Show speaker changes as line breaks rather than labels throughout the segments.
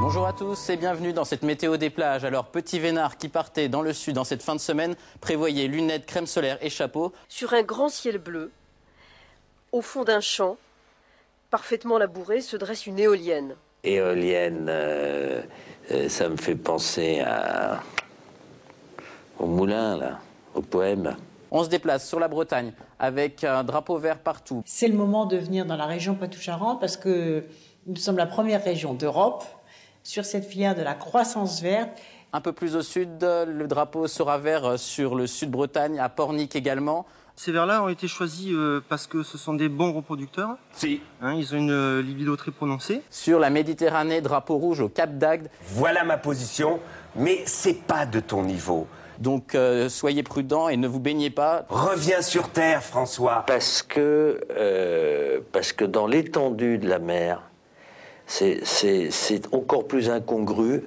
Bonjour à tous et bienvenue dans cette météo des plages. Alors, petit Vénard qui partait dans le sud dans cette fin de semaine, prévoyez lunettes, crème solaire et chapeau.
Sur un grand ciel bleu, au fond d'un champ, parfaitement labouré, se dresse une éolienne.
Éolienne, euh, euh, ça me fait penser à... au moulin, là, au poème.
On se déplace sur la Bretagne avec un drapeau vert partout.
C'est le moment de venir dans la région Poitou-Charentes parce que nous sommes la première région d'Europe sur cette filière de la croissance verte.
Un peu plus au sud, le drapeau sera vert sur le sud-Bretagne, à Pornic également.
Ces vers-là ont été choisis euh, parce que ce sont des bons reproducteurs.
Si.
Hein, ils ont une euh, libido très prononcée.
Sur la Méditerranée, drapeau rouge au Cap d'Agde.
Voilà ma position, mais c'est pas de ton niveau.
Donc euh, soyez prudents et ne vous baignez pas.
Reviens sur Terre, François.
Parce que, euh, parce que dans l'étendue de la mer, c'est- c'est c'est encore plus incongru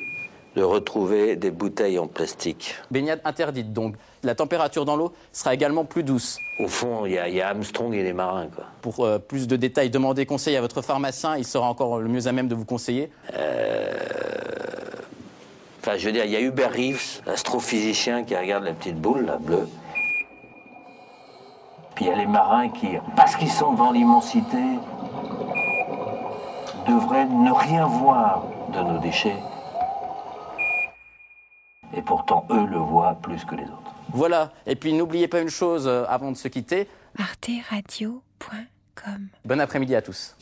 de retrouver des bouteilles en plastique.
Baignade interdite donc. La température dans l'eau sera également plus douce.
Au fond, il y, a- il y a Armstrong et les marins. Quoi.
Pour euh, plus de détails, demandez conseil à votre pharmacien, il sera encore le mieux à même de vous conseiller.
Enfin, je veux dire, il y a Hubert Reeves, l'astrophysicien qui regarde la petite boule, la bleue. Puis il y a les marins qui, parce qu'ils sont devant l'immensité, devraient ne rien voir de nos déchets. Et pourtant, eux le voient plus que les autres.
Voilà, et puis n'oubliez pas une chose euh, avant de se quitter,
arteradio.com.
bon après-midi à tous.